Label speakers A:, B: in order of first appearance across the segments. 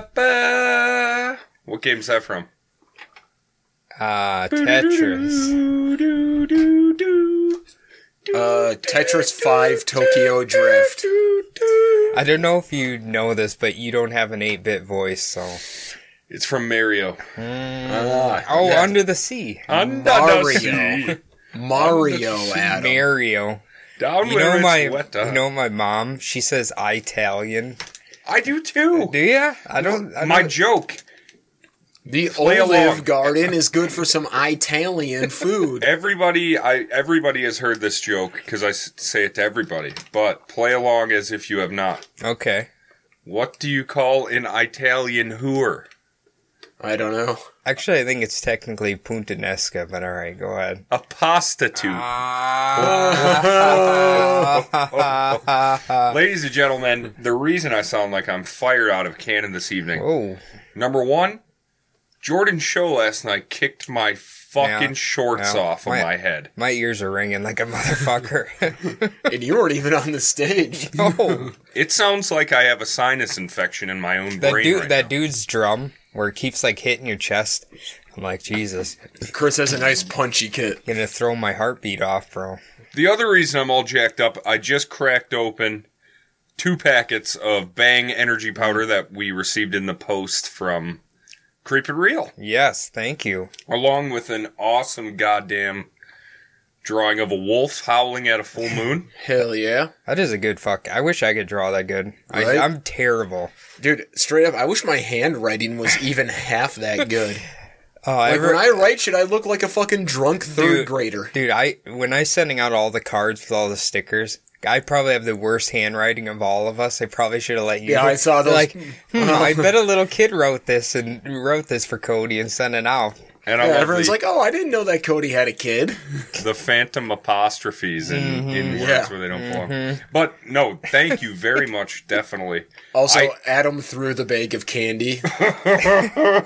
A: Ba-ba-ba-ba-ba-ba-ba-ba. What game's that from?
B: Ah, Tetris.
C: Uh, Tetris 5 Tokyo Drift.
B: I don't know if you know this, but you don't have an 8 bit voice, so.
A: It's from Mario. Mm.
C: Ah,
B: Oh,
C: yeah.
B: Under the Sea.
A: Under
C: Mario.
A: sea.
C: Mario Adam.
B: Mario.
A: Down
B: You
A: where
B: know
A: it's
B: my
A: wet,
B: you know my mom, she says Italian.
A: I do too.
B: Do ya? I don't I
A: My
B: don't-
A: joke.
C: the
A: Play
C: Olive
A: along.
C: Garden is good for some Italian food.
A: Everybody, I everybody has heard this joke because I s- say it to everybody. But play along as if you have not.
B: Okay.
A: What do you call an Italian hooer?
C: I don't know.
B: Actually I think it's technically Puntanesca, but alright, go ahead.
A: A prostitute.
B: Oh.
A: Ladies and gentlemen, the reason I sound like I'm fired out of cannon this evening.
B: Oh.
A: Number one, Jordan Show last night kicked my fucking
B: Yeah.
A: shorts
B: Yeah.
A: off of
B: My-
A: my, head.
B: My ears are ringing like a motherfucker.
C: And you weren't even on the stage.
B: oh,
A: It sounds like I have a sinus infection in my own
B: that
A: brain.
B: dude,
A: right
B: that
A: now.
B: dude's drum where it keeps like hitting your chest. I'm like, Jesus,
C: Chris has a nice punchy kit.
B: gonna throw my heartbeat off, bro.
A: The other reason I'm all jacked up, I just cracked open two packets of Bang energy
B: Mm.
A: powder that we received in the post from Creep It Real,
B: Yes, thank you.
A: along with an awesome goddamn drawing of a wolf howling at a full moon.
C: Hell yeah.
B: That is a good fuck. I wish I could draw that good.
C: Right?
B: I, I'm terrible.
C: Dude, straight up, I wish my handwriting was even half that good.
B: Oh, I
C: Like,
B: re-
C: when I write, should I look like a fucking drunk third
B: Dude.
C: grader?
B: dude, I when I sending out all the cards with all the stickers, I probably have the worst handwriting of all of us. I probably should have let you.
C: Yeah, I saw those.
B: Like, hmm, I bet a little kid wrote this and wrote this for Cody and sent it out.
A: And I
C: Yeah,
A: love
C: everyone's
A: the,
C: like, oh, I didn't know that Cody had a kid.
A: the phantom apostrophes in,
B: Mm-hmm.
A: in words
C: Yeah.
A: where they don't belong. But no, thank you very much, definitely.
C: Also,
A: I-
C: Adam threw the bag of candy.
B: Yeah,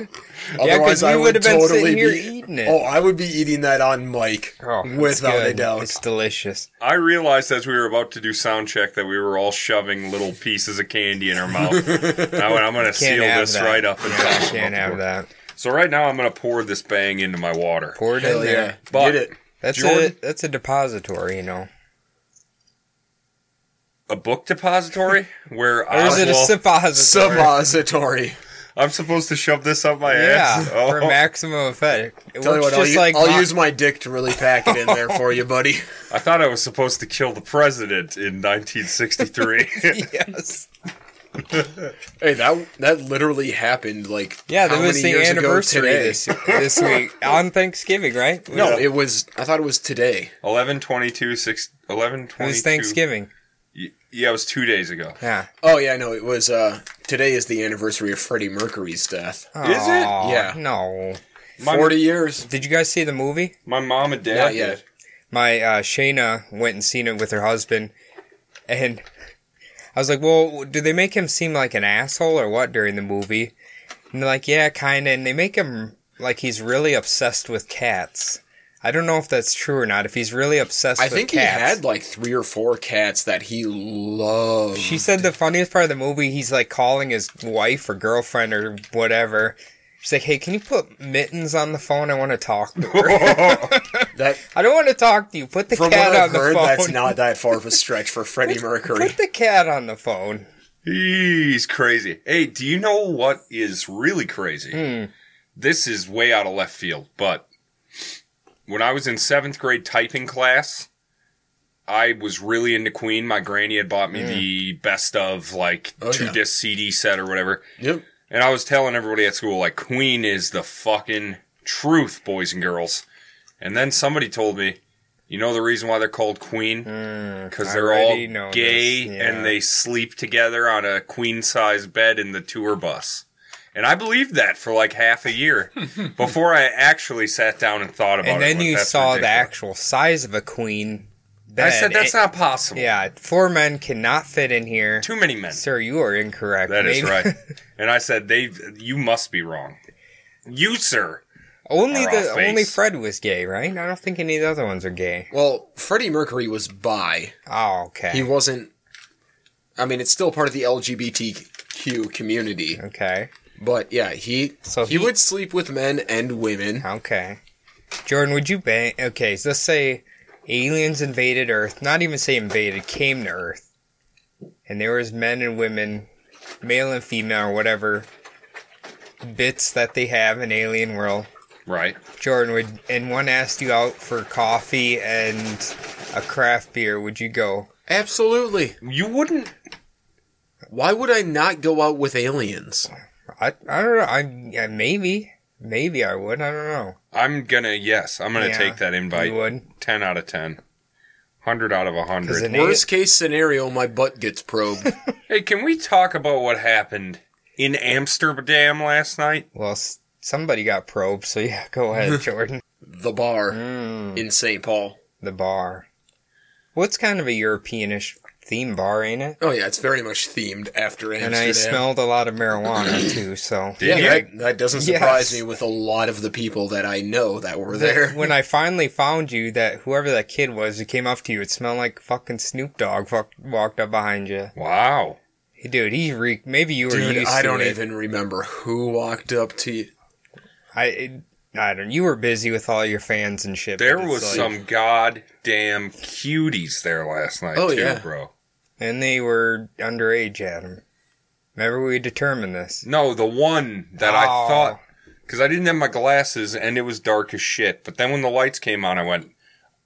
C: Otherwise,
B: we
C: I
B: would
C: would
B: have been
C: totally
B: sitting here
C: be.
B: eating it.
C: Oh, I would be eating that on mic
B: it's
C: without a
B: good.
C: doubt.
B: It's delicious.
A: I realized as we were about to do sound check that we were all shoving little pieces of candy in our mouth. I went, I'm going to seal
B: have
A: this
B: that.
A: right up and
B: I
A: toss it out
B: can't
A: the
B: have
A: door."
B: that.
A: So right now I'm going to pour this bang into my water.
B: Pour it in
C: Hell
B: there.
C: yeah.
A: But-
C: Get it.
B: That's
A: Jordan-
B: a that's a depository, you know.
A: A book depository where
B: Or
A: I
B: is it a
A: will-
B: suppository?
C: Suppository.
A: I'm supposed to shove this up my
B: yeah,
A: ass. Oh.
B: for maximum effect. It
C: Tell you
B: works
C: what, I'll,
B: just
C: u-
B: like
C: I'll
B: mo-
C: use my dick to really pack it in there for you, buddy.
A: I thought I was supposed to kill the president in 1963.
B: yes.
C: Hey, that that literally happened like
B: Yeah,
C: how
B: that was
C: many
B: the
C: years ago
B: anniversary
C: today?
B: this this week on Thanksgiving, right?
C: No,
B: it
C: it was. I thought it was today.
A: 11 22 6 11 22.
B: was Thanksgiving.
A: Y- Yeah, it was 2 days ago.
B: Yeah.
C: Oh yeah, no, it was. uh Today is the anniversary of Freddie Mercury's death.
A: Is it?
B: Aw,
C: Yeah.
B: No.
A: My-
C: Forty years.
B: Did you guys see the movie?
A: My mom and dad
C: Not yet.
A: did.
B: My uh, Shayna went and seen it with her husband, and I was like, "Well, do they make him seem like an asshole or what during the movie?" And they're like, "Yeah, kind of." And they make him like he's really obsessed with cats. I don't know if that's true or not. If he's really obsessed,
C: I
B: with
C: think he
B: cats.
C: had like three or four cats that he loved.
B: She said the funniest part of the movie, he's like calling his wife or girlfriend or whatever. She's like, hey, can you put mittens on the phone? I want to talk to her.
C: that
B: I don't want to talk to you. Put the
C: from
B: cat
C: what I've
B: on the
C: heard,
B: phone.
C: that's not that far of a stretch for Freddie Mercury.
B: Put the cat on the phone.
A: He's crazy. Hey, do you know what is really crazy?
C: Hmm.
B: Mm-hmm.
A: This is way out of left field, but when I was in seventh grade typing class, I was really into Queen. My granny had bought me the best of like two
C: Hmm. Oh, yeah.
A: disc CD set or whatever.
C: Yep.
A: And I was telling everybody at school, like, Queen is the fucking truth, boys and girls. And then somebody told me, you know the reason why they're called Queen?
C: Hmm.
A: Because
B: I
A: they're
B: already
A: all
B: know
A: gay
B: this, yeah.
A: and they sleep together on a queen size bed in the tour bus. And I believed that for like half a year before I actually sat down and thought about
B: And
A: it.
B: then
A: like,
B: you
A: that's
B: saw the
A: ridiculous.
B: actual size of a queen.
A: I
B: bed.
A: said, that's
B: It-
A: not possible.
B: Yeah, four men cannot fit in here.
A: Too many men.
B: Sir, you are incorrect.
A: That is
B: Maybe-
A: right. And I said, "They've you must be wrong. You, sir.
B: only
A: Are
B: the
A: off
B: only
A: base.
B: Fred was gay, right? I don't think any of the other ones are gay.
C: Well, Freddie Mercury was bi.
B: Oh, okay.
C: He wasn't I mean, it's still part of the LGBTQ community,
B: Okay.
C: but yeah, he
B: So he-
C: he, would sleep with men and women.
B: Okay. Jordan, would you ban? Okay, so let's say aliens invaded Earth. Not even say invaded, came to Earth, and there was men and women, male and female, or whatever bits that they have in alien world.
A: Right.
B: Jordan would, and one asked you out for coffee and a craft beer. Would you go?
C: Absolutely.
A: You wouldn't.
C: Why would I not go out with aliens?
B: I, I don't know. I yeah, maybe maybe I would. I don't know.
A: I'm gonna. Yes, I'm gonna
B: Yeah,
A: take that invite.
B: you would.
A: Ten out of ten. Hundred out of a
B: 'Cause
A: hundred.
B: an
C: Worst case scenario, my butt gets probed.
A: Hey, can we talk about what happened in Amsterdam last night?
B: Well, s- somebody got probed, so yeah, go ahead, Jordan.
C: the bar
B: Mm,
C: in St. Paul.
B: the bar. What's kind of a Europeanish theme bar, ain't it?
C: Oh yeah, it's very much themed after Amsterdam.
B: And I smelled a lot of marijuana too, so.
A: Did
C: yeah,
A: you?
C: that, that doesn't surprise
B: Yes.
C: me with a lot of the people that I know that were there.
B: When I finally found you, that whoever that kid was who came up to you, it smelled like fucking Snoop Dogg fuck, walked up behind you.
A: Wow.
B: Dude, he reeked. Maybe you were
C: Dude,
B: used
C: I
B: to
C: don't
B: it.
C: even remember who walked up to you.
B: I, it- I don't. You were busy with all your fans and shit. but
A: There
B: it's
A: was
B: like-
A: some goddamn cuties there last night
C: Oh,
A: too,
C: yeah.
A: bro.
B: and they were underage, Adam. Remember we determined this.
A: No, the one that I
B: Oh.
A: thought because I didn't have my glasses and it was dark as shit. But then when the lights came on, I went,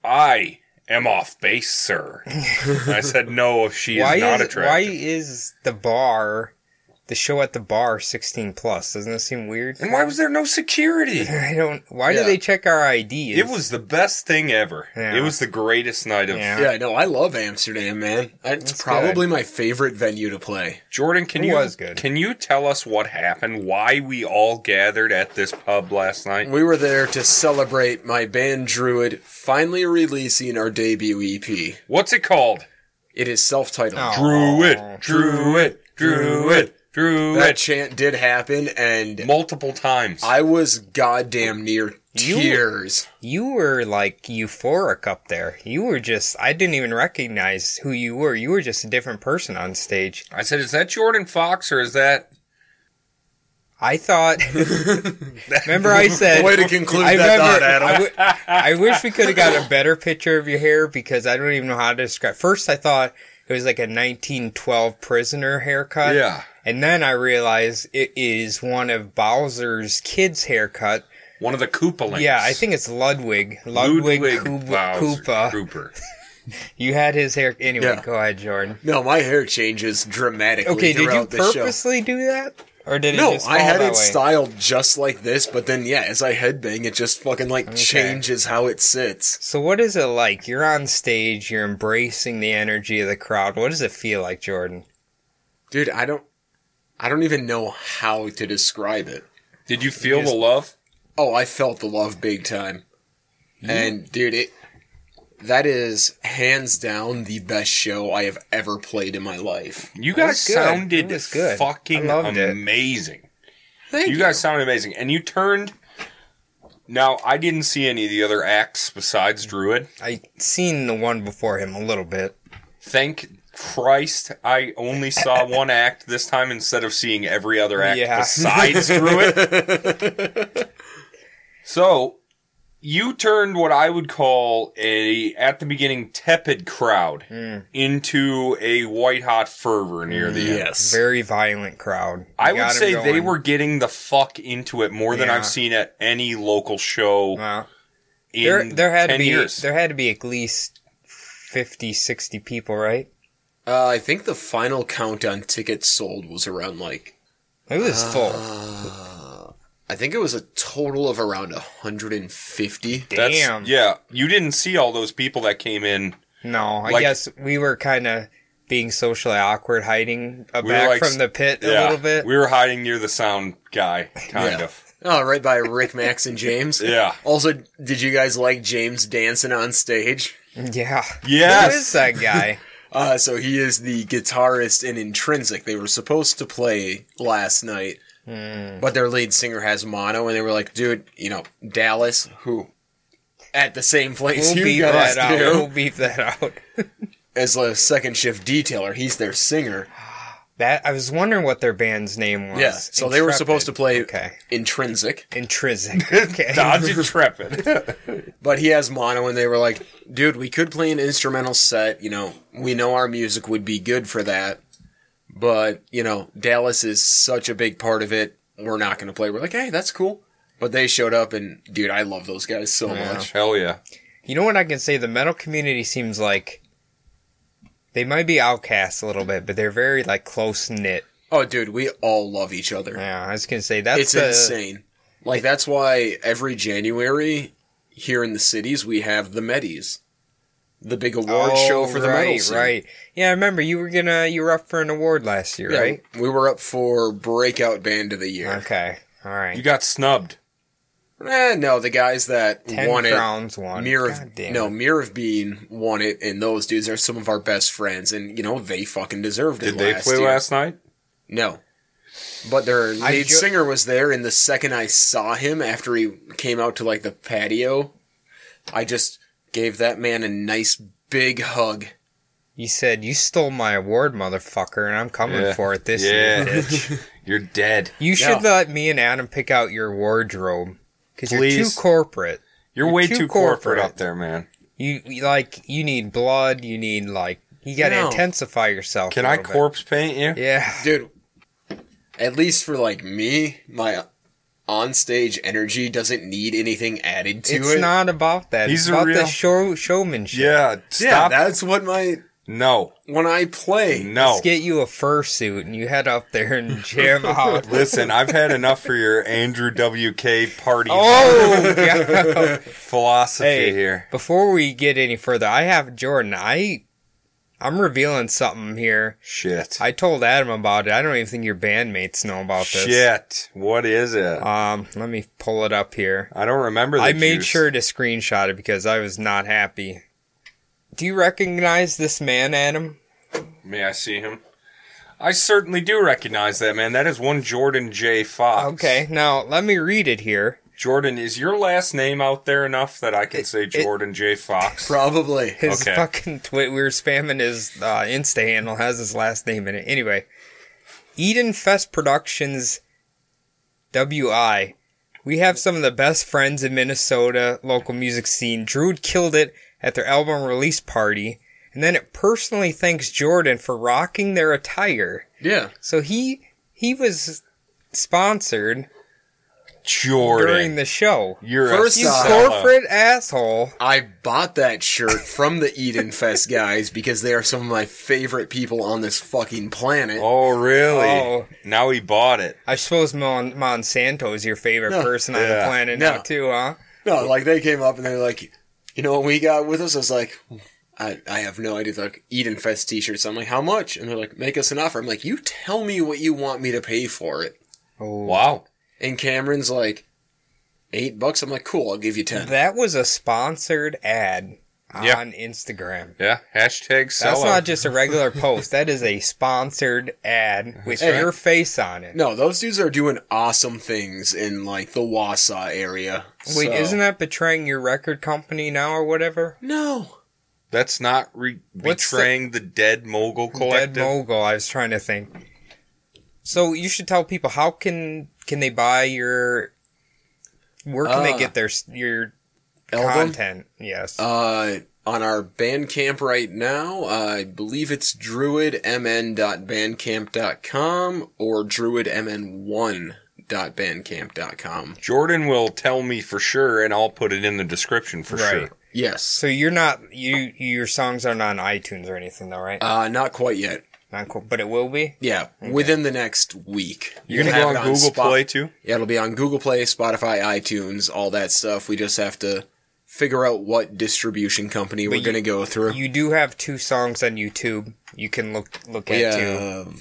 A: "I am off base, sir." And I said, "No, she
B: why
A: is not
B: Why
A: attractive."
B: is the bar, the show at the bar, sixteen plus? Doesn't that seem weird?
A: and why was there no security?
B: I don't. Why
C: Yeah.
B: do they check our IDs?
A: It was the best thing ever.
B: Yeah.
A: It was the greatest night of.
B: Yeah.
C: Yeah, no, I love Amsterdam, man. It's
B: Uh, That's
C: probably my favorite venue to play.
A: Jordan, can
B: It
A: you
B: was good.
A: can you tell us what happened? Why we all gathered at this pub last night?
C: We were there to celebrate my band Druid finally releasing our debut EP.
A: What's it called?
C: It is self-titled.
B: Oh.
A: Drew
B: Aw.
A: it, drew it, drew it, drew
C: That
A: it.
C: chant did happen, and
A: Multiple times.
C: I was goddamn near
B: You-
C: tears.
B: You were like euphoric up there. You were just. I didn't even recognize who you were. You were just a different person on stage.
A: I said, "Is that Jordan Fox or is that?"
B: I thought. remember, I said.
C: Way to conclude
B: I
C: that
B: remember-
C: thought, Adam.
B: I wi- I wish we could have got a better picture of your hair because I don't even know how to describe. First, I thought it was like a 1912 prisoner haircut.
A: Yeah,
B: And then I realized it is one of Bowser's kids' haircut.
A: one of the Koopalings.
B: Yeah, I think it's Ludwig. Ludwig,
A: Ludwig
B: Koop-
A: Bowser-
B: Koopa.
A: Cooper.
B: You had his hair. Anyway,
C: Yeah.
B: go ahead, Jordan.
C: no, my hair changes dramatically
B: Okay, did you
C: throughout the show.
B: purposely do that? Or did it
C: No,
B: just fall
C: I had
B: that
C: it
B: way?
C: styled just like this, but then yeah, as I headbang, it just fucking like changes how it sits.
B: So what is it like? You're on stage, you're embracing the energy of the crowd. What does it feel like, Jordan?
C: Dude, I don't, I don't even know how to describe it.
A: Did you feel the love?
C: Oh, I felt the love big time, and dude, it that is hands down the best show I have ever played in my life.
A: You
B: That
A: guys
B: was good.
A: sounded
B: That was good.
A: fucking
B: I loved it.
A: amazing.
C: Thank
A: You guys sounded amazing, and you turned. Now I didn't see any of the other acts besides Druid.
B: I seen the one before him a little bit.
A: Thank Christ, I only saw one act this time instead of seeing every other act
B: Yeah.
A: besides Druid. so, you turned what I would call a at the beginning tepid crowd
B: Mm.
A: into a white hot fervor near the end.
C: yes,
B: Very violent crowd.
A: I
B: You Mm, got
A: would
B: 'em
A: say they
B: going.
A: were getting the fuck into it more than
B: Yeah.
A: I've seen at any local show
B: Wow.
A: in
B: there there had
A: 10
B: to be
A: years.
B: there had to be at least 50 60 people right
C: uh, I think the final count on tickets sold was around like,
B: it was
C: Ah.
B: full
C: uh, I think it was a total of around 150.
A: That's-
B: damn
A: Yeah, you didn't see all those people that came in.
B: no i
A: Like-
B: guess we were kind of being socially awkward hiding uh,
A: We were
B: back
A: like-
B: from the pit
A: Yeah,
B: a little bit
A: We were hiding near the sound guy, kind
C: Yeah.
A: of.
C: Oh, right by Rick, Max, and James.
A: Yeah.
C: Also, did you guys like James dancing on stage?
B: yeah
A: Yes.
B: who is that guy
C: Uh, so he is the guitarist in Intrinsic. They were supposed to play last night,
B: Hmm.
C: but their lead singer has mono, and they were like, "Dude, you know, Dallas, who at the same place
B: we'll
C: you
B: beef
C: guys
B: that out
C: do."
B: we'll beef that out
C: as a second shift detailer. He's their singer.
B: That I was wondering what their band's name was.
C: Yeah. So they were
B: Intrepid.
C: supposed to play
B: Okay.
C: Intrinsic,
B: Intrinsic. Okay.
A: Dodge Intrepid.
C: but he has mono, and they were like, "Dude, we could play an instrumental set. You know, we know our music would be good for that, but you know, Dallas is such a big part of it. We're not going to play." We're like, "Hey, that's cool." But they showed up, and dude, I love those guys so
B: Yeah.
C: much.
A: Hell yeah.
B: You know what I can say? The metal community seems like they might be outcasts a little bit, but they're very like close knit.
C: Oh, dude, we all love each other.
B: Yeah, I was gonna say that's
C: it's
B: the,
C: insane. Like that's why every January here in the cities we have the Medis, the big award
B: Oh,
C: show for the
B: right,
C: metal scene.
B: Right. Yeah, I remember you were gonna you were up for an award last year,
C: Yeah,
B: right?
C: We were up for breakout band of the year.
B: Okay. All
A: You
B: right.
A: got snubbed.
C: Eh, no, the guys that
B: Ten
C: won it,
B: crowns won.
C: Mir
B: God
C: of
B: damn
C: no
B: it.
C: Mir of Bean won it, and those dudes are some of our best friends, and you know they fucking deserved it.
A: Did they
C: last
A: play
C: year.
A: last night?
C: No. But their
B: I
C: lead
B: ju-
C: singer was there, and the second I saw him after he came out to like the patio, I just gave that man a nice big hug.
B: You said you stole my award, motherfucker, and I'm coming
A: Yeah.
B: for it this
A: Yeah.
B: year. bitch."
A: You're dead.
B: You should
C: Yeah.
B: let me and Adam pick out your wardrobe because you're too
A: Please.
B: corporate.
A: You're,
B: You're
A: way
B: too
A: too, corporate,
B: corporate.
A: up there, man.
B: You you, like you need blood. You need like you got to
C: No.
B: intensify yourself.
A: Can
B: I
A: I corpse paint you?
B: Yeah.
C: Dude, at least for like me, my onstage energy doesn't need anything added to
B: it's
C: it.
B: not about that.
A: He's
B: it's
A: a
B: about the
A: real-
B: show showmanship.
A: Yeah.
C: yeah,
A: Stop.
C: that's what my
A: no.
C: when I play.
A: No.
B: Let's get you a fursuit and you head up there and jam out.
A: Listen, I've had enough for your Andrew WK party
B: oh, God.
A: philosophy
B: Hey.
A: here.
B: before we get any further, I have Jordan. I I'm revealing something here.
A: Shit.
B: I told Adam about it. I don't even think your bandmates know about this.
A: Shit. What is it?
B: Um, let me pull it up here.
A: I don't remember the
B: I made
A: juice.
B: sure to screenshot it because I was not happy. Do you recognize this man, Adam?
A: May I see him? I certainly do recognize that man. That is one Jordan J. Fox.
B: Okay, now let me read it here.
A: Jordan, is your last name out there enough that I can say
B: it-
A: Jordan J. Fox?
C: Probably.
B: His
A: Okay.
B: fucking twit. We were spamming his uh, Insta handle has his last name in it. Anyway, Eden Fest Productions, WI. We have some of the best friends in Minnesota local music scene. Drood killed it at their album release party, and then it personally thanks Jordan for rocking their attire.
C: Yeah.
B: So he he was sponsored
A: Jordan.
B: during the show.
A: You're
C: First
A: a
B: You
C: off-
A: sellout.
B: corporate asshole.
C: I bought that shirt from the Eden Fest guys because they are some of my favorite people on this fucking planet.
A: Oh, really?
B: Oh.
A: Now he bought it.
B: I suppose Mon- Monsanto is your favorite
C: No.
B: person on the
A: Yeah.
B: planet
C: No.
B: now, too, huh?
C: No, like they came up and they're like, you know what we got with us? I was like, I, I have no idea. They're Like Eden Fest t-shirts. I'm like, how much? And they're like, make us an offer. I'm like, you tell me what you want me to pay for it.
B: Oh,
A: Wow.
C: And Cameron's like, eight bucks. I'm like, cool. I'll give you ten.
B: That was a sponsored ad
A: Yeah.
B: on Instagram.
A: Yeah. Hashtag
B: That's
A: sellout.
B: not just a regular post. That is a sponsored ad with
C: Hey.
B: your face on it.
C: no, those dudes are doing awesome things in like the Wausau area.
B: Wait,
C: So-
B: isn't that betraying your record company now or whatever?
C: No.
A: That's not re-
B: What's the-
A: betraying the, dead mogul collective.
B: Dead mogul. I was trying to think. So you should tell people how can can they buy your where can they
C: Ah.
B: get their s- your
C: Album?
B: content? Yes.
C: Uh, on our Bandcamp right now, uh, I believe it's druidmn.bandcamp.com or druidmn1.bandcamp.com.
A: Jordan will tell me for sure, and I'll put it in the description for
B: Right.
A: sure.
C: Yes.
B: so you're not you your songs aren't on iTunes or anything though, right?
C: Uh, not quite yet.
B: Not cool, but it will be.
C: Yeah, within the next week.
A: You're
C: We'll
A: gonna
C: have
A: go
C: it
A: on Google
C: Spot-
A: Play too.
C: Yeah, it'll be on Google Play, Spotify, iTunes, all that stuff. We just have to figure out what distribution company we're
B: you-
C: going to go through.
B: You do have two songs on YouTube. You can look look at
C: yeah,
B: two.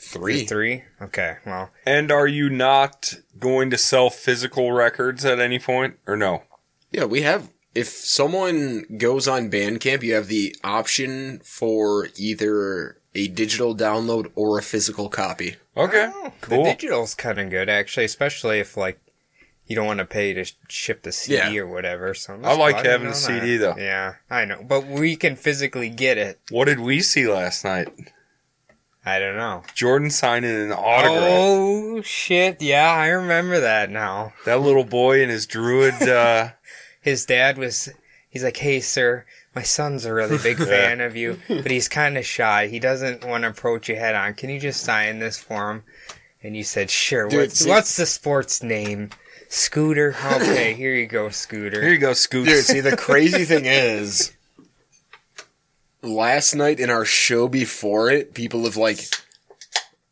C: three.
B: Three. Okay. Well,
A: And are you not going to sell physical records at any point, or no?
C: Yeah, we have. If someone goes on Bandcamp, you have the option for either a digital download or a physical copy.
A: Okay,
B: Oh,
A: cool.
B: The digital's kind of good actually, especially if like you don't want to pay to sh- ship the CD
C: Yeah.
B: or whatever. So I'm
A: I
B: just
A: like
B: plugging
A: having
B: it
A: the
B: on
A: CD
B: there.
A: though.
B: Yeah, I know, but we can physically get it.
A: What did we see last night?
B: I don't know.
A: Jordan signing an autograph.
B: Oh shit! Yeah, I remember that now.
A: That little boy in his druid. Uh,
B: His dad was. He's like, "Hey, sir, my son's a really big fan of you, but he's kind of shy. He doesn't want to approach you head on. Can you just sign this for him?" And you said, "Sure."
C: Dude,
B: what's,
C: see-
B: what's the sport's name? Scooter. Okay, here you go, Scooter.
A: here you go, Scoots.
C: Dude, see, the crazy thing is, last night in our show before it, people have like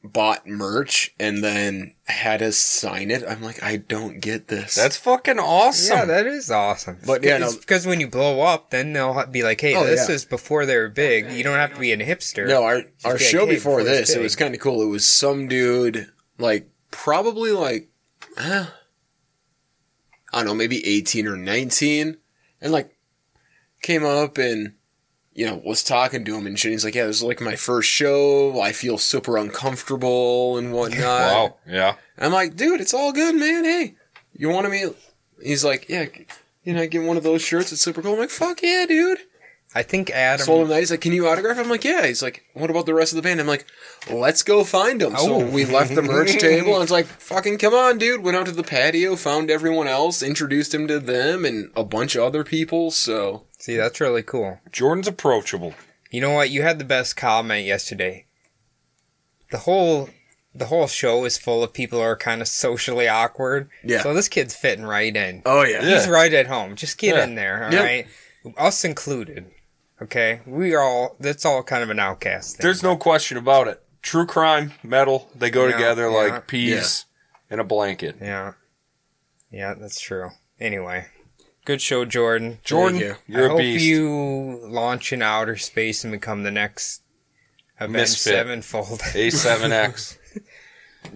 C: bought merch and then had us sign it. I'm like, I don't get this.
A: That's fucking awesome.
B: Yeah, that is awesome.
C: But, yeah, no-
B: because when you blow up, then they'll ha- be like, "Hey,
C: Oh,
B: this
C: yeah.
B: is before they were big. You don't have to be a hipster."
C: no, our our
B: like,
C: show
B: hey,
C: before
B: before it's
C: this, it
B: big.
C: was kind of cool. It was some dude, like probably like, eh, I don't know, maybe 18 or 19, and like came up and. You know, was talking to him and shit. He's like, "Yeah, this is like my first show. I feel super uncomfortable and whatnot."
A: wow. Yeah.
C: I'm like, dude, it's all good, man. Hey, you want to meet? He's like, yeah, you know, I get one of those shirts. It's super cool. I'm like, fuck yeah, dude.
B: I think Adam.
C: Sold him that. He's like, can you autograph? I'm like, yeah. He's like, what about the rest of the band? I'm like, let's go find them.
B: Oh.
C: So we left the merch table and it's like, fucking come on, dude. Went out to the patio, found everyone else, introduced him to them and a bunch of other people. So
B: See, that's really cool.
A: Jordan's approachable.
B: You know what? You had the best comment yesterday. The whole the whole show is full of people who are kind of socially awkward.
C: Yeah.
B: So this kid's fitting right in.
C: oh yeah,
B: He's right at home. Just get
A: Yeah.
B: in there, all
C: Yeah.
B: right? Us included. Okay? We are all that's all kind of an outcast thing.
A: There's no question about it. True crime, metal, they go
B: Yeah,
A: together
B: yeah.
A: like peas in a blanket.
B: Yeah. Yeah, that's true. Anyway. Good show, Jordan.
A: Jordan,
C: you.
A: you. are
B: I
A: a
B: hope
A: beast.
B: you launch in outer space and become the next Avenged
A: Misfit.
B: Sevenfold.
A: A7X.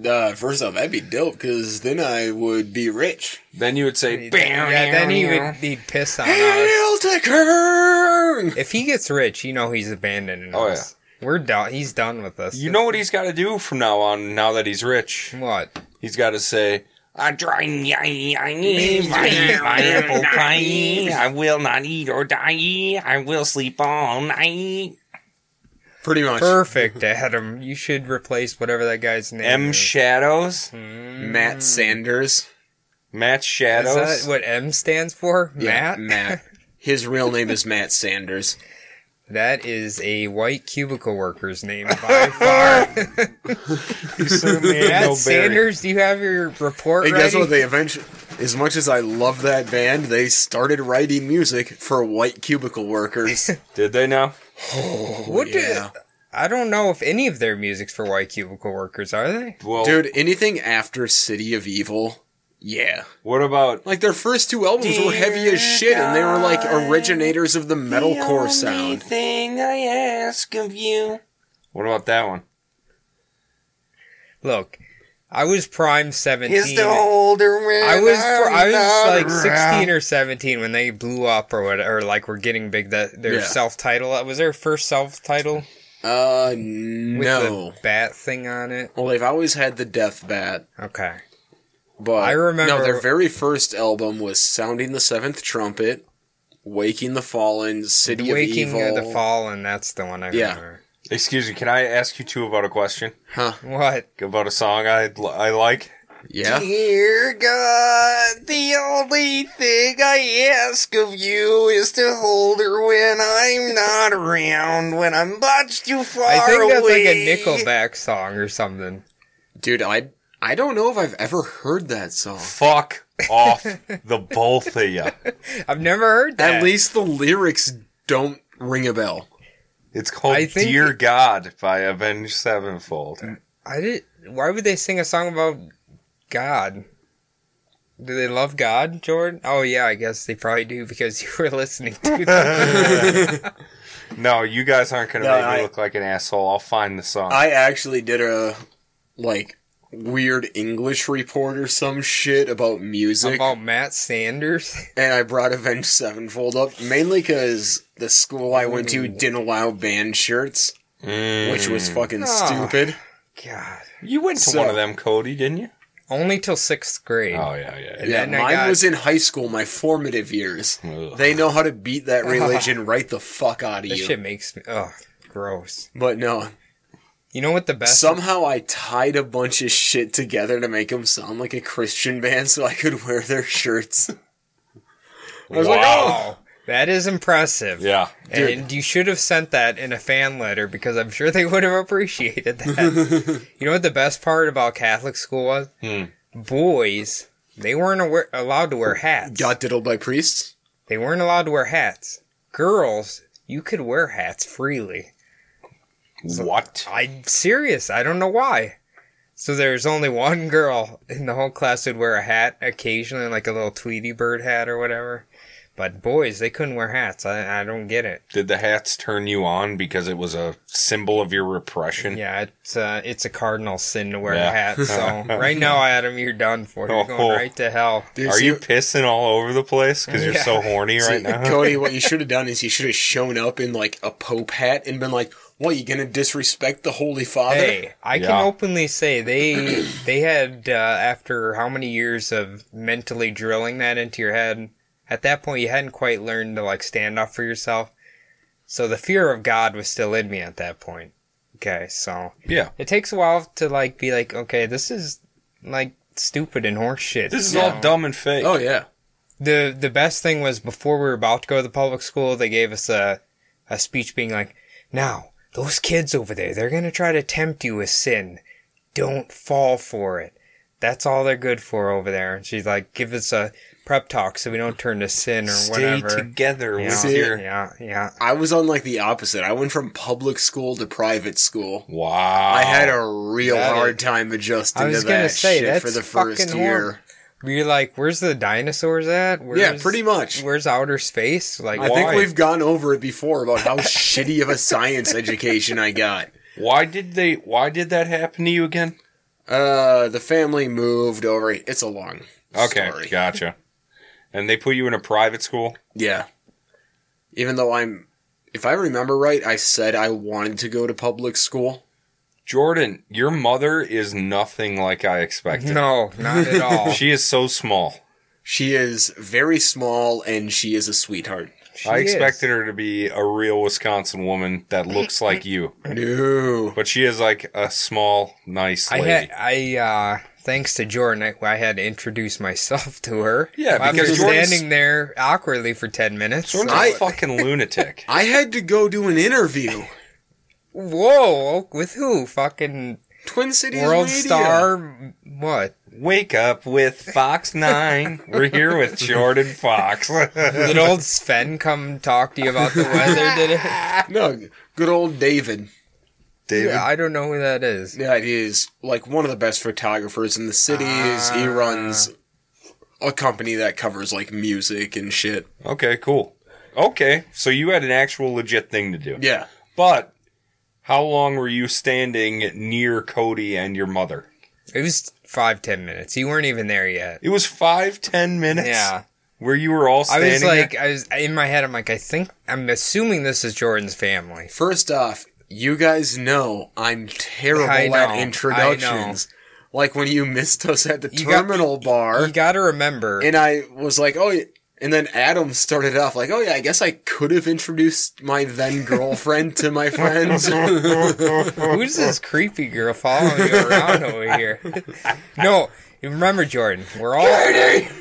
C: Uh, first off, that'd be dope because then I would be rich.
A: then you would say, bam.
B: yeah, then he would he'd piss on us.
C: Hail to Kern!
B: If he gets rich, you know he's abandoning
A: Oh,
B: us. We're done. He's done with us.
A: You know what he's got to do from now on, now that he's rich?
B: what?
A: He's got to say, I drink I eat my pineapple pie. I will not eat or die. I will sleep all night.
C: Pretty much.
B: Perfect, Adam. You should replace whatever that guy's name
A: M
B: is.
A: Shadows.
B: Mm.
C: Matt Sanders.
A: Matt
B: Is
A: Shadows.
B: that what M stands for?
C: Yeah,
B: Matt.
C: Matt. His real name is Matt Sanders.
B: That is a white cubicle worker's name by far.
A: You certainly ain't
B: Matt
A: no Barry.
B: Sanders, do you have your report
C: Hey,
B: ready?
C: guess what? They eventually, as much as I love that band, they started writing music for white cubicle workers.
A: Did they now?
B: What do-
C: yeah.
B: I don't know if any of their music's for white cubicle workers, are they?
A: Well,
C: Dude, anything after City of Evil, yeah.
A: what about
C: Like their first two albums were heavy as shit, and they were like originators of the metalcore sound.
A: Thing I ask of you. What about that one?
B: Look, I was prime 17.
A: older man.
B: I was I was like 16 or 17 when they blew up or what or like were getting big that their
C: Yeah.
B: self title was their first self title
C: Uh,
B: with
C: no.
B: the bat thing on it.
C: Well, they've always had the Death Bat,
B: Okay.
C: But
B: I remember-
C: no, their very first album was "Sounding the Seventh Trumpet," "Waking the Fallen," "City
B: Waking
C: of Evil."
B: of the Fallen, that's the one I
C: Yeah.
B: remember.
A: Excuse me, can I ask you two about a question?
C: Huh?
B: What?
A: About a song I, I like?
C: Yeah.
A: Dear God, the only thing I ask of you is to hold her when I'm not around, when I'm much too far
B: I think that's like a Nickelback song or something.
C: dude, I I don't know if I've ever heard that song.
A: Fuck off the both of you.
B: I've never heard that.
C: At least the lyrics don't ring a bell.
A: It's called
B: I think-
A: Dear God by Avenged Sevenfold.
B: I did why would they sing a song about God? Do they love God, Jordan? Oh yeah, I guess they probably do because you were listening to them.
A: No, you guys aren't going to
C: No,
A: make
C: I-
A: me look like an asshole. I'll find the song.
C: I actually did a like weird English report or some shit about music,
B: about Matt Sanders.
C: and I brought Avenged Sevenfold up mainly because the school I went
B: Mm.
C: to didn't allow band shirts,
A: Mm.
C: which was fucking
B: Ah.
C: stupid.
B: God.
A: you went to
C: so-
A: one of them, Cody, didn't you?
B: only till sixth grade.
A: Oh yeah, yeah.
B: And
A: yeah.
C: Yeah,
B: then I
C: mine
B: got-
C: was in high school, my formative years.
A: Ugh.
C: They know how to beat that religion right the fuck out of
B: that
C: you.
B: shit makes me oh gross.
C: But no,
B: You know what the best?
C: somehow I tied a bunch of shit together to make them sound like a Christian band so I could wear their shirts. I was like, oh,
B: wow, that is impressive.
A: Yeah.
B: And you should have sent that in a fan letter because I'm sure they would have appreciated that. you know what the best part about Catholic school was?
A: Hmm.
B: Boys, they weren't aware, allowed to wear hats.
C: got diddled by priests.
B: They weren't allowed to wear hats. Girls, you could wear hats freely.
A: What?
B: I'm serious. I don't know why. So there's only one girl in the whole class who'd wear a hat occasionally, like a little Tweety bird hat or whatever. But boys, they couldn't wear hats. I, I don't get it.
A: Did the hats turn you on because it was a symbol of your repression?
B: Yeah, it's uh, it's a cardinal sin to wear
A: Yeah.
B: a hat. So right now, Adam, you're done for. You're going
A: Oh.
B: right to hell.
C: Dude,
A: Are
C: see-
A: you pissing all over the place because you're so
B: Yeah.
A: horny
C: see,
A: right now?
C: Cody, what you should have done is you should have shown up in like a pope hat and been like, "What? You gonna disrespect the Holy Father?"
B: Hey, I
A: Yeah.
B: can openly say they they had uh, after how many years of mentally drilling that into your head. At that point, you hadn't quite learned to like stand up for yourself. So the fear of God was still in me at that point. Okay, so
A: Yeah.
B: it takes a while to like be like, okay, this is like stupid and horse shit.
A: This is
B: you know?
A: all dumb and fake.
C: Oh yeah,
B: the the best thing was before we were about to go to the public school, they gave us a a speech being like, "Now those kids over there, they're gonna try to tempt you with sin. Don't fall for it. That's all they're good for over there." And she's like, "Give us a prep talk so we don't turn to sin or
A: Stay
B: whatever."
A: together
B: yeah,
A: with
C: See?
A: your.
B: yeah, yeah.
C: I was on like the opposite. I went from public school to private school.
A: Wow.
C: I had a real
B: That
C: hard
B: is-
C: time adjusting
B: I was
C: to
B: gonna
C: that
B: say,
C: shit
B: that's
C: for the first
B: fucking
C: year.
B: You're like, "Where's the dinosaurs at? Where's,
C: Yeah, pretty much.
B: Where's outer space? Like,
C: I think
A: Why?
C: we've gone over it before about how shitty of a science education I got.
A: Why did they? Why did that happen to you again?
C: Uh, the family moved over. It's a long
A: Okay,
C: story.
A: gotcha. And they put you in a private school.
C: Yeah. Even though I'm, if I remember right, I said I wanted to go to public school.
A: Jordan, your mother is nothing like I expected.
B: no, not at all.
A: She is so small.
C: She is very small and she is a sweetheart.
B: She
A: I
B: is.
A: expected her to be a real Wisconsin woman that looks like you,
C: No.
A: but she is like a small, nice
B: I
A: lady.
B: had I uh thanks to Jordan, I, I had to introduce myself to her.
A: Yeah,
B: I'm
A: because
B: just
A: Jordan's-
B: standing there awkwardly for ten minutes.
A: Jordan's
C: I-
A: a fucking lunatic.
C: I had to go do an interview.
B: Whoa, oh, with who? Fucking
C: Twin Cities
B: world
C: Radio.
B: star? What?
A: Wake up with Fox Nine. We're here with Jordan Fox.
B: Did old Sven come talk to you about the weather? Did it?
C: No, good old David.
A: David.
B: I don't know who that is.
C: Yeah, it is like one of the best photographers in the cities.
B: Ah.
C: he runs a company that covers like music and shit.
A: Okay, cool. Okay, so you had an actual legit thing to do.
C: Yeah.
A: But how long were you standing near Cody and your mother?
B: It was five ten minutes. You weren't even there yet.
A: It was five, ten minutes.
B: Yeah,
A: Where you were all
B: I
A: standing.
B: was like,
A: there?
B: I was in my head. I'm like, I think I'm assuming this is Jordan's family.
C: First off, you guys know I'm terrible
B: I know,
C: at
B: I
C: introductions. Like when you missed us at the
B: You got-
C: terminal bar,
B: You got to remember.
C: and I was like, oh, yeah. and then Adam started off like, oh yeah, I guess I could have introduced my then girlfriend to my friends.
B: Who's this creepy girl following you around over here? No, remember Jordan, we're all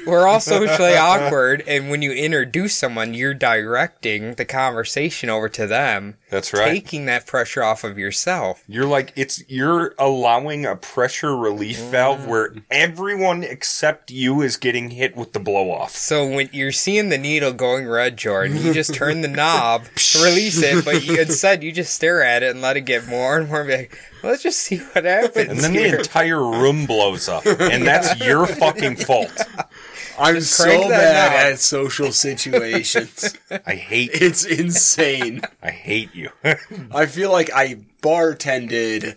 B: we're all socially awkward, and when you introduce someone, you're directing the conversation over to them,
A: That's right.
B: taking that pressure off of yourself.
A: You're like it's you're allowing a pressure relief
B: Mm.
A: valve where everyone except you is getting hit with the blow off.
B: So when you're seeing the needle going red, Jordan, you just turn the knob to release it, but you, instead you just stare at it and let it get more and more. Be like, let's just see what happens.
A: And then
B: here."
A: the entire room blows up. And that's your fucking fault.
C: I'm
B: crank
C: so
B: that
C: bad
B: knob.
C: at social situations.
A: I hate
C: it's insane.
A: I hate you.
C: I feel like I bartended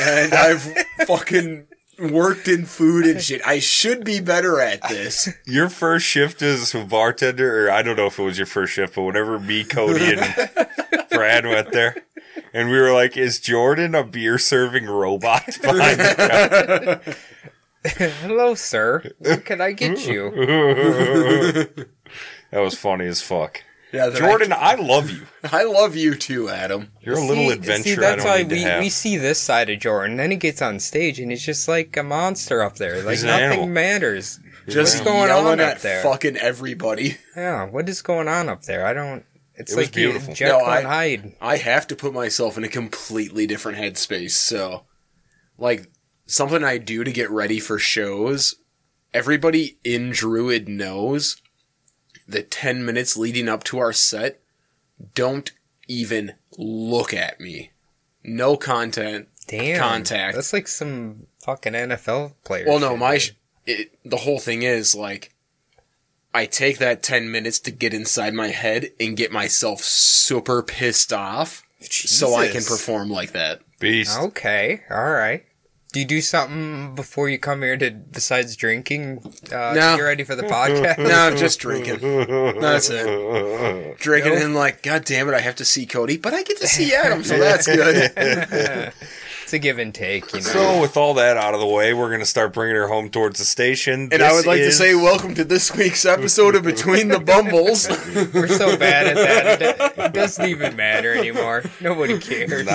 C: and I've fucking worked in food and shit. I should be better at this.
A: your first shift as a bartender, or I don't know if it was your first shift, but whenever me, Cody, and Brad went there, and we were like, "Is Jordan a beer serving robot behind the counter?"
B: Hello, sir. What can I get you?
A: that was funny as fuck.
C: Yeah, that I-
A: Jordan, I love you.
C: I love you too, Adam.
A: You're a little
B: See-
A: adventure
B: See, that's
A: I don't
B: why
A: need
B: we,
A: to have.
B: we see this side of Jordan. Then he gets on stage and he's just like a monster up there. Like
A: He's an
B: nothing
A: animal.
B: matters.
C: Just
B: What's going
C: yelling
B: on up
C: at
B: there?
C: fucking everybody.
B: Yeah, what is going on up there? I don't. It's
A: It was
B: like you-
A: beautiful.
B: Jekyll
C: No, I-
B: and Hyde.
C: I have to put myself in a completely different headspace. So, like, something I do to get ready for shows, everybody in Druid knows the 10 minutes leading up to our set, don't even look at me. No content.
B: Damn,
C: contact.
B: That's like some fucking NFL player.
C: Well, no,
B: shit,
C: my
B: dude.
C: sh- it, the whole thing is like I take that 10 minutes to get inside my head and get myself super pissed off so I can
B: Jesus.
C: perform like that.
A: Beast.
B: Okay, all right. Do you do something before you come here to besides drinking? Uh,
C: No.
B: to get ready for the podcast.
C: No, just drinking. That's it.
A: it.
C: Drinking and like, God damn it, I have to see Cody, but I get to see Adam, so that's good.
B: It's a give and take, you know.
A: So, with all that out of the way, we're going to start bringing her home towards the station.
C: And I would like to say welcome to this week's episode of Between the Bumbles.
B: We're so bad at that. It do- It doesn't even matter anymore. Nobody cares.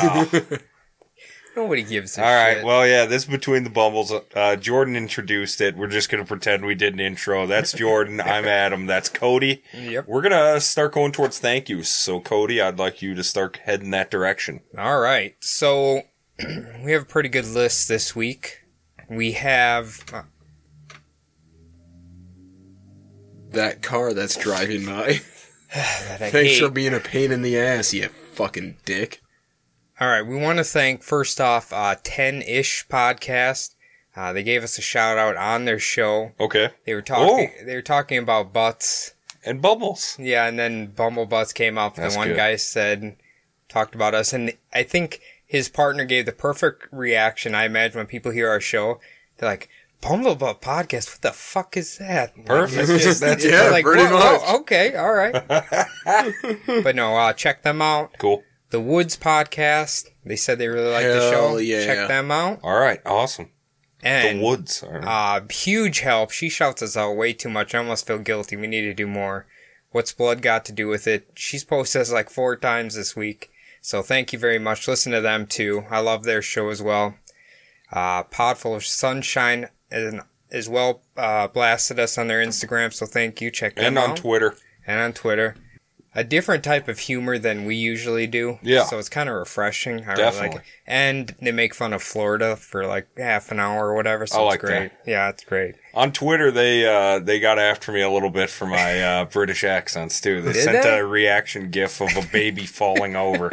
B: Nobody gives a
A: All right.
B: shit.
A: Well, yeah, this is between the bumbles. Uh, Jordan introduced it. We're just going to pretend we did an intro. That's Jordan. I'm Adam. That's Cody.
B: Yep.
A: We're going to start going towards thank yous. So, Cody, I'd like you to start heading that direction.
B: All right. So we have a pretty good list this week. We have uh,
C: that car that's driving by.
B: that I
C: Thanks
B: hate.
C: for being a pain in the ass, you fucking dick.
B: All right, we want to thank first off uh, 10-ish podcast. Uh, they gave us a shout out on their show.
A: Okay.
B: They were talking they were talking about butts.
A: And bubbles.
B: Yeah, and then Bumble Butts came up. The
A: That's
B: one
A: good.
B: guy said, talked about us, and I think his partner gave the perfect reaction. I imagine when people hear our show, they're like, "Bumble Butt podcast? What the fuck is that?"
A: Perfect.
B: Like, it's
A: That's
B: it's
C: yeah,
B: like,
C: pretty
B: "Whoa, whoa,
C: much."
B: okay, all right. but no, uh, check them out.
A: Cool.
B: The Woods podcast. They said they really like the
C: Hell
B: show.
C: yeah.
B: Check them out.
A: All right. Awesome.
B: And
A: the woods. All right.
B: uh, huge help. She shouts us out way too much. I almost feel guilty. We need to do more. What's blood got to do with it? She's posted us like four times this week. So thank you very much. Listen to them too. I love their show as well. Uh, Podful of Sunshine and as well uh, blasted us on their Instagram. So thank you. Check them
A: and
B: out.
A: on Twitter.
B: and on Twitter. A different type of humor than we usually do.
A: Yeah.
B: So it's kind of refreshing. I Really
A: Definitely.
B: like it. And they make fun of Florida for like half an hour or whatever. So
A: I
B: it's
A: like that.
B: great. Yeah, it's great.
A: On Twitter, they uh, they got after me a little bit for my uh, British accents too. They
B: Did
A: sent
B: they?
A: a reaction gif of a baby falling over.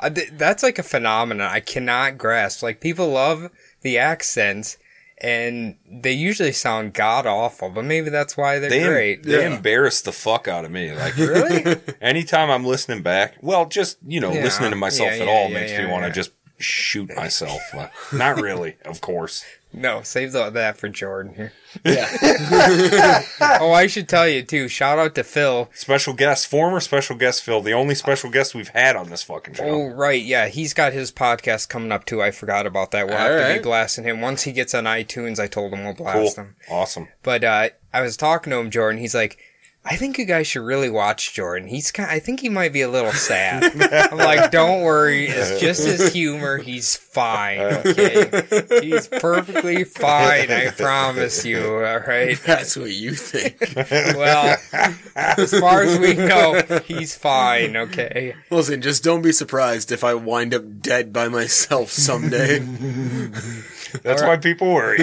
B: Uh, th- that's like a phenomenon I cannot grasp. Like people love the accents, and they usually sound god awful. But maybe that's why they're
A: They em-
B: great.
A: they
C: Yeah.
A: embarrassed the fuck out of me. Like
B: really?
A: anytime I'm listening back, well, just you know,
B: Yeah.
A: listening to myself
B: Yeah,
A: at
B: yeah,
A: all
B: yeah,
A: makes
B: yeah,
A: me want to
B: yeah.
A: just shoot myself. Uh, not really, of course.
B: No, save the, that for Jordan here.
C: Yeah.
B: Oh, I should tell you too. Shout out to Phil.
A: Special guest, former special guest Phil, the only special guest we've had on this fucking show.
B: Oh, right, yeah, he's got his podcast coming up too. I forgot about that. We'll
C: All
B: have to be
C: right.
B: blasting him once he gets on iTunes. I told him we'll
A: cool,
B: blast him.
A: awesome.
B: But uh, I was talking to him, Jordan. He's like, I think you guys should really watch Jordan. He's kind. I think he might be a little sad. I'm like, don't worry. It's just his humor. He's fine. Okay, he's perfectly fine. I promise you. All right.
C: That's what you think.
B: Well, as far as we know, he's fine. Okay.
C: Listen, just don't be surprised if I wind up dead by myself someday.
A: That's why people worry.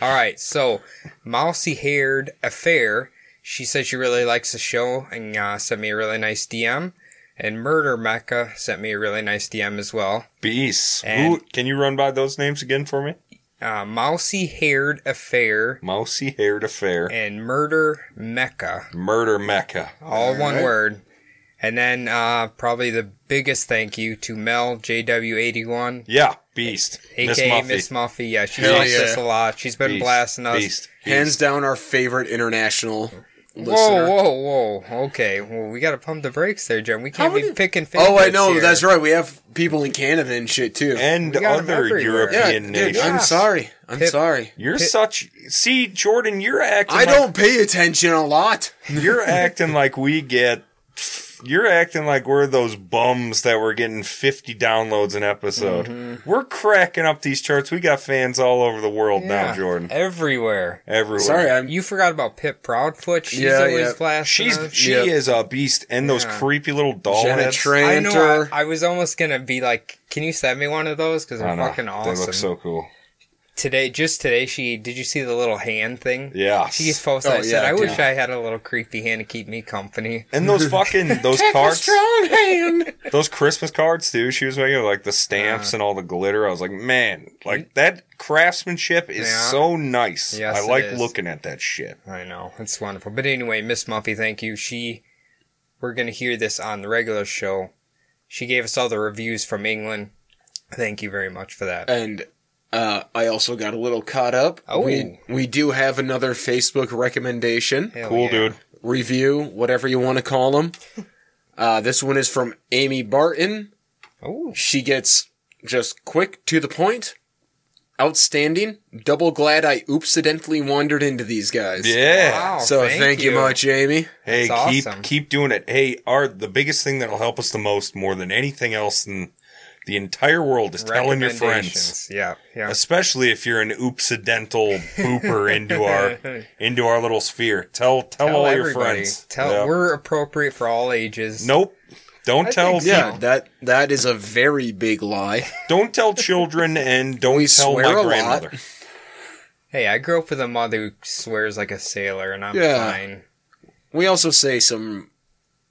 B: All right. So, mousy haired affair. She said she really likes the show and uh, sent me a really nice DM. And Murder Mecca sent me a really nice DM as well.
A: Beasts. Who,
B: And-
A: can you run by those names again for me?
B: Uh, mousy haired affair
A: Mousy haired affair.
B: and Murder Mecca.
A: Murder Mecca.
B: all, one
C: right.
B: word. And then uh, probably the biggest thank you to Mel JW81,
A: Yeah, Beast. Miss
B: aka
A: Muffy.
B: Miss Muffy. Yeah, she
C: Hell
B: likes
C: yeah.
B: us a lot. She's been
A: Beast.
B: blasting us.
A: Beast. Beast.
C: Hands down, our favorite international listener.
B: Whoa, whoa, whoa. Okay, well, we got to pump the brakes there, Jim. We can't
C: How
B: be
C: did-
B: picking favorites.
C: Oh, I know.
B: here.
C: That's right. We have people in Canada and shit too.
A: and
B: We got 'em
A: other
B: everywhere.
C: yeah,
A: European
C: dude,
A: nations.
C: I'm sorry. I'm
B: Pip-
C: sorry.
A: You're such. See, Jordan, you're acting.
C: I
A: like-
C: don't pay attention a lot.
A: You're acting like we get. You're acting like we're those bums that were getting 50 downloads an episode.
B: Mm-hmm.
A: We're cracking up these charts. We got fans all over the world now,
B: Yeah,
A: Jordan.
B: Everywhere.
A: Everywhere.
C: Sorry, I'm.
B: You forgot about Pip Proudfoot. She's
C: Yeah,
B: always
C: yeah.
B: blasting
A: She's
B: us.
A: she
C: Yep.
A: is a beast, and those
B: Yeah.
A: creepy little doll
C: Jenna
A: heads.
C: Tran-
B: I know.
C: Banter.
B: I, I was almost gonna be like, "Can you send me one of those? Because
A: I
B: they're
A: know.
B: fucking awesome."
A: They look so cool.
B: today, just today, she did you see the little hand thing?
A: Yeah.
B: She's false.
C: Oh,
B: I said,
C: yeah,
B: "I wish
C: dude.
B: I had a little creepy hand to keep me company."
A: And those fucking those cards,
C: strong hand.
A: those Christmas cards too. She was making like the
B: Ah.
A: stamps and all the glitter. I was like, man, like that craftsmanship is
B: Yeah.
A: so nice.
B: Yes,
A: I
B: it
A: like
B: is.
A: looking at that shit.
B: I know it's wonderful. But anyway, Miss Muffy, thank you. She, we're gonna hear this on the regular show. She gave us all the reviews from England. Thank you very much for that.
C: and uh, I also got a little caught up.
B: Oh.
C: We we do have another Facebook recommendation
B: Hell
A: cool,
B: yeah.
A: dude.
C: review, whatever you want to call them. Uh, this one is from Amy Barton.
B: Oh,
C: She gets just quick to the point. Outstanding. Double glad I oopsidentally wandered into these guys.
A: Yeah.
B: Wow,
C: so Oh, thank, you. much, Amy.
A: Hey,
B: That's
A: keep
B: awesome.
A: keep doing it. Hey, our the biggest thing that'll help us the most, more than anything else in the entire world, is telling your friends.
B: Recommendations. Yeah, yeah.
A: Especially if you're an oopsidental booper into our into our little sphere. Tell tell, all your friends.
B: Tell
A: Yeah.
B: we're appropriate for all ages.
A: Nope. Don't
B: I
A: tell
B: think so.
A: yeah.
C: Yeah, that that is a very big lie.
A: don't tell children and don't
C: We
A: tell
C: swear a
A: my
C: lot.
A: grandmother.
B: Hey, I grew up with a mother who swears like a sailor, and I'm
C: Yeah.
B: fine.
C: We also say some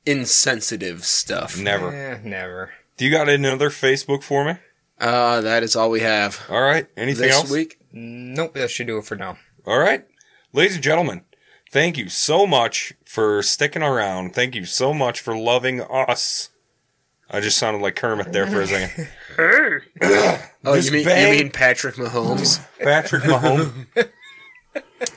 C: insensitive stuff.
A: Never.
B: Eh, never.
A: Do you got another Facebook for me?
C: Uh, that is all we have
A: All right. Anything
C: this
A: else?
C: week.
B: Nope, that should do it for now.
A: All right. Ladies and gentlemen, thank you so much for sticking around. Thank you so much for loving us. I just sounded like Kermit there for a second.
C: Oh,
A: This
C: you mean,
A: bang-
C: you mean Patrick Mahomes?
A: Patrick Mahomes.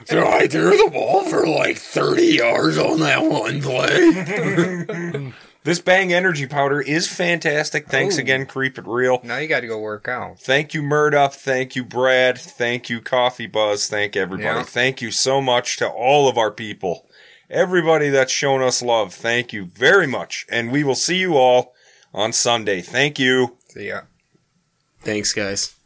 C: so I threw the ball for like 30 yards on that one play.
A: This Bang Energy Powder is fantastic. Thanks
B: Ooh.
A: again, Creep It Real.
B: Now you got to go work out.
A: Thank you, Murdup. Thank you, Brad. Thank you, Coffee Buzz. Thank everybody.
B: Yeah.
A: Thank you so much to all of our people. Everybody that's shown us love, thank you very much. And we will see you all on Sunday. Thank you.
B: See ya.
C: Thanks, guys.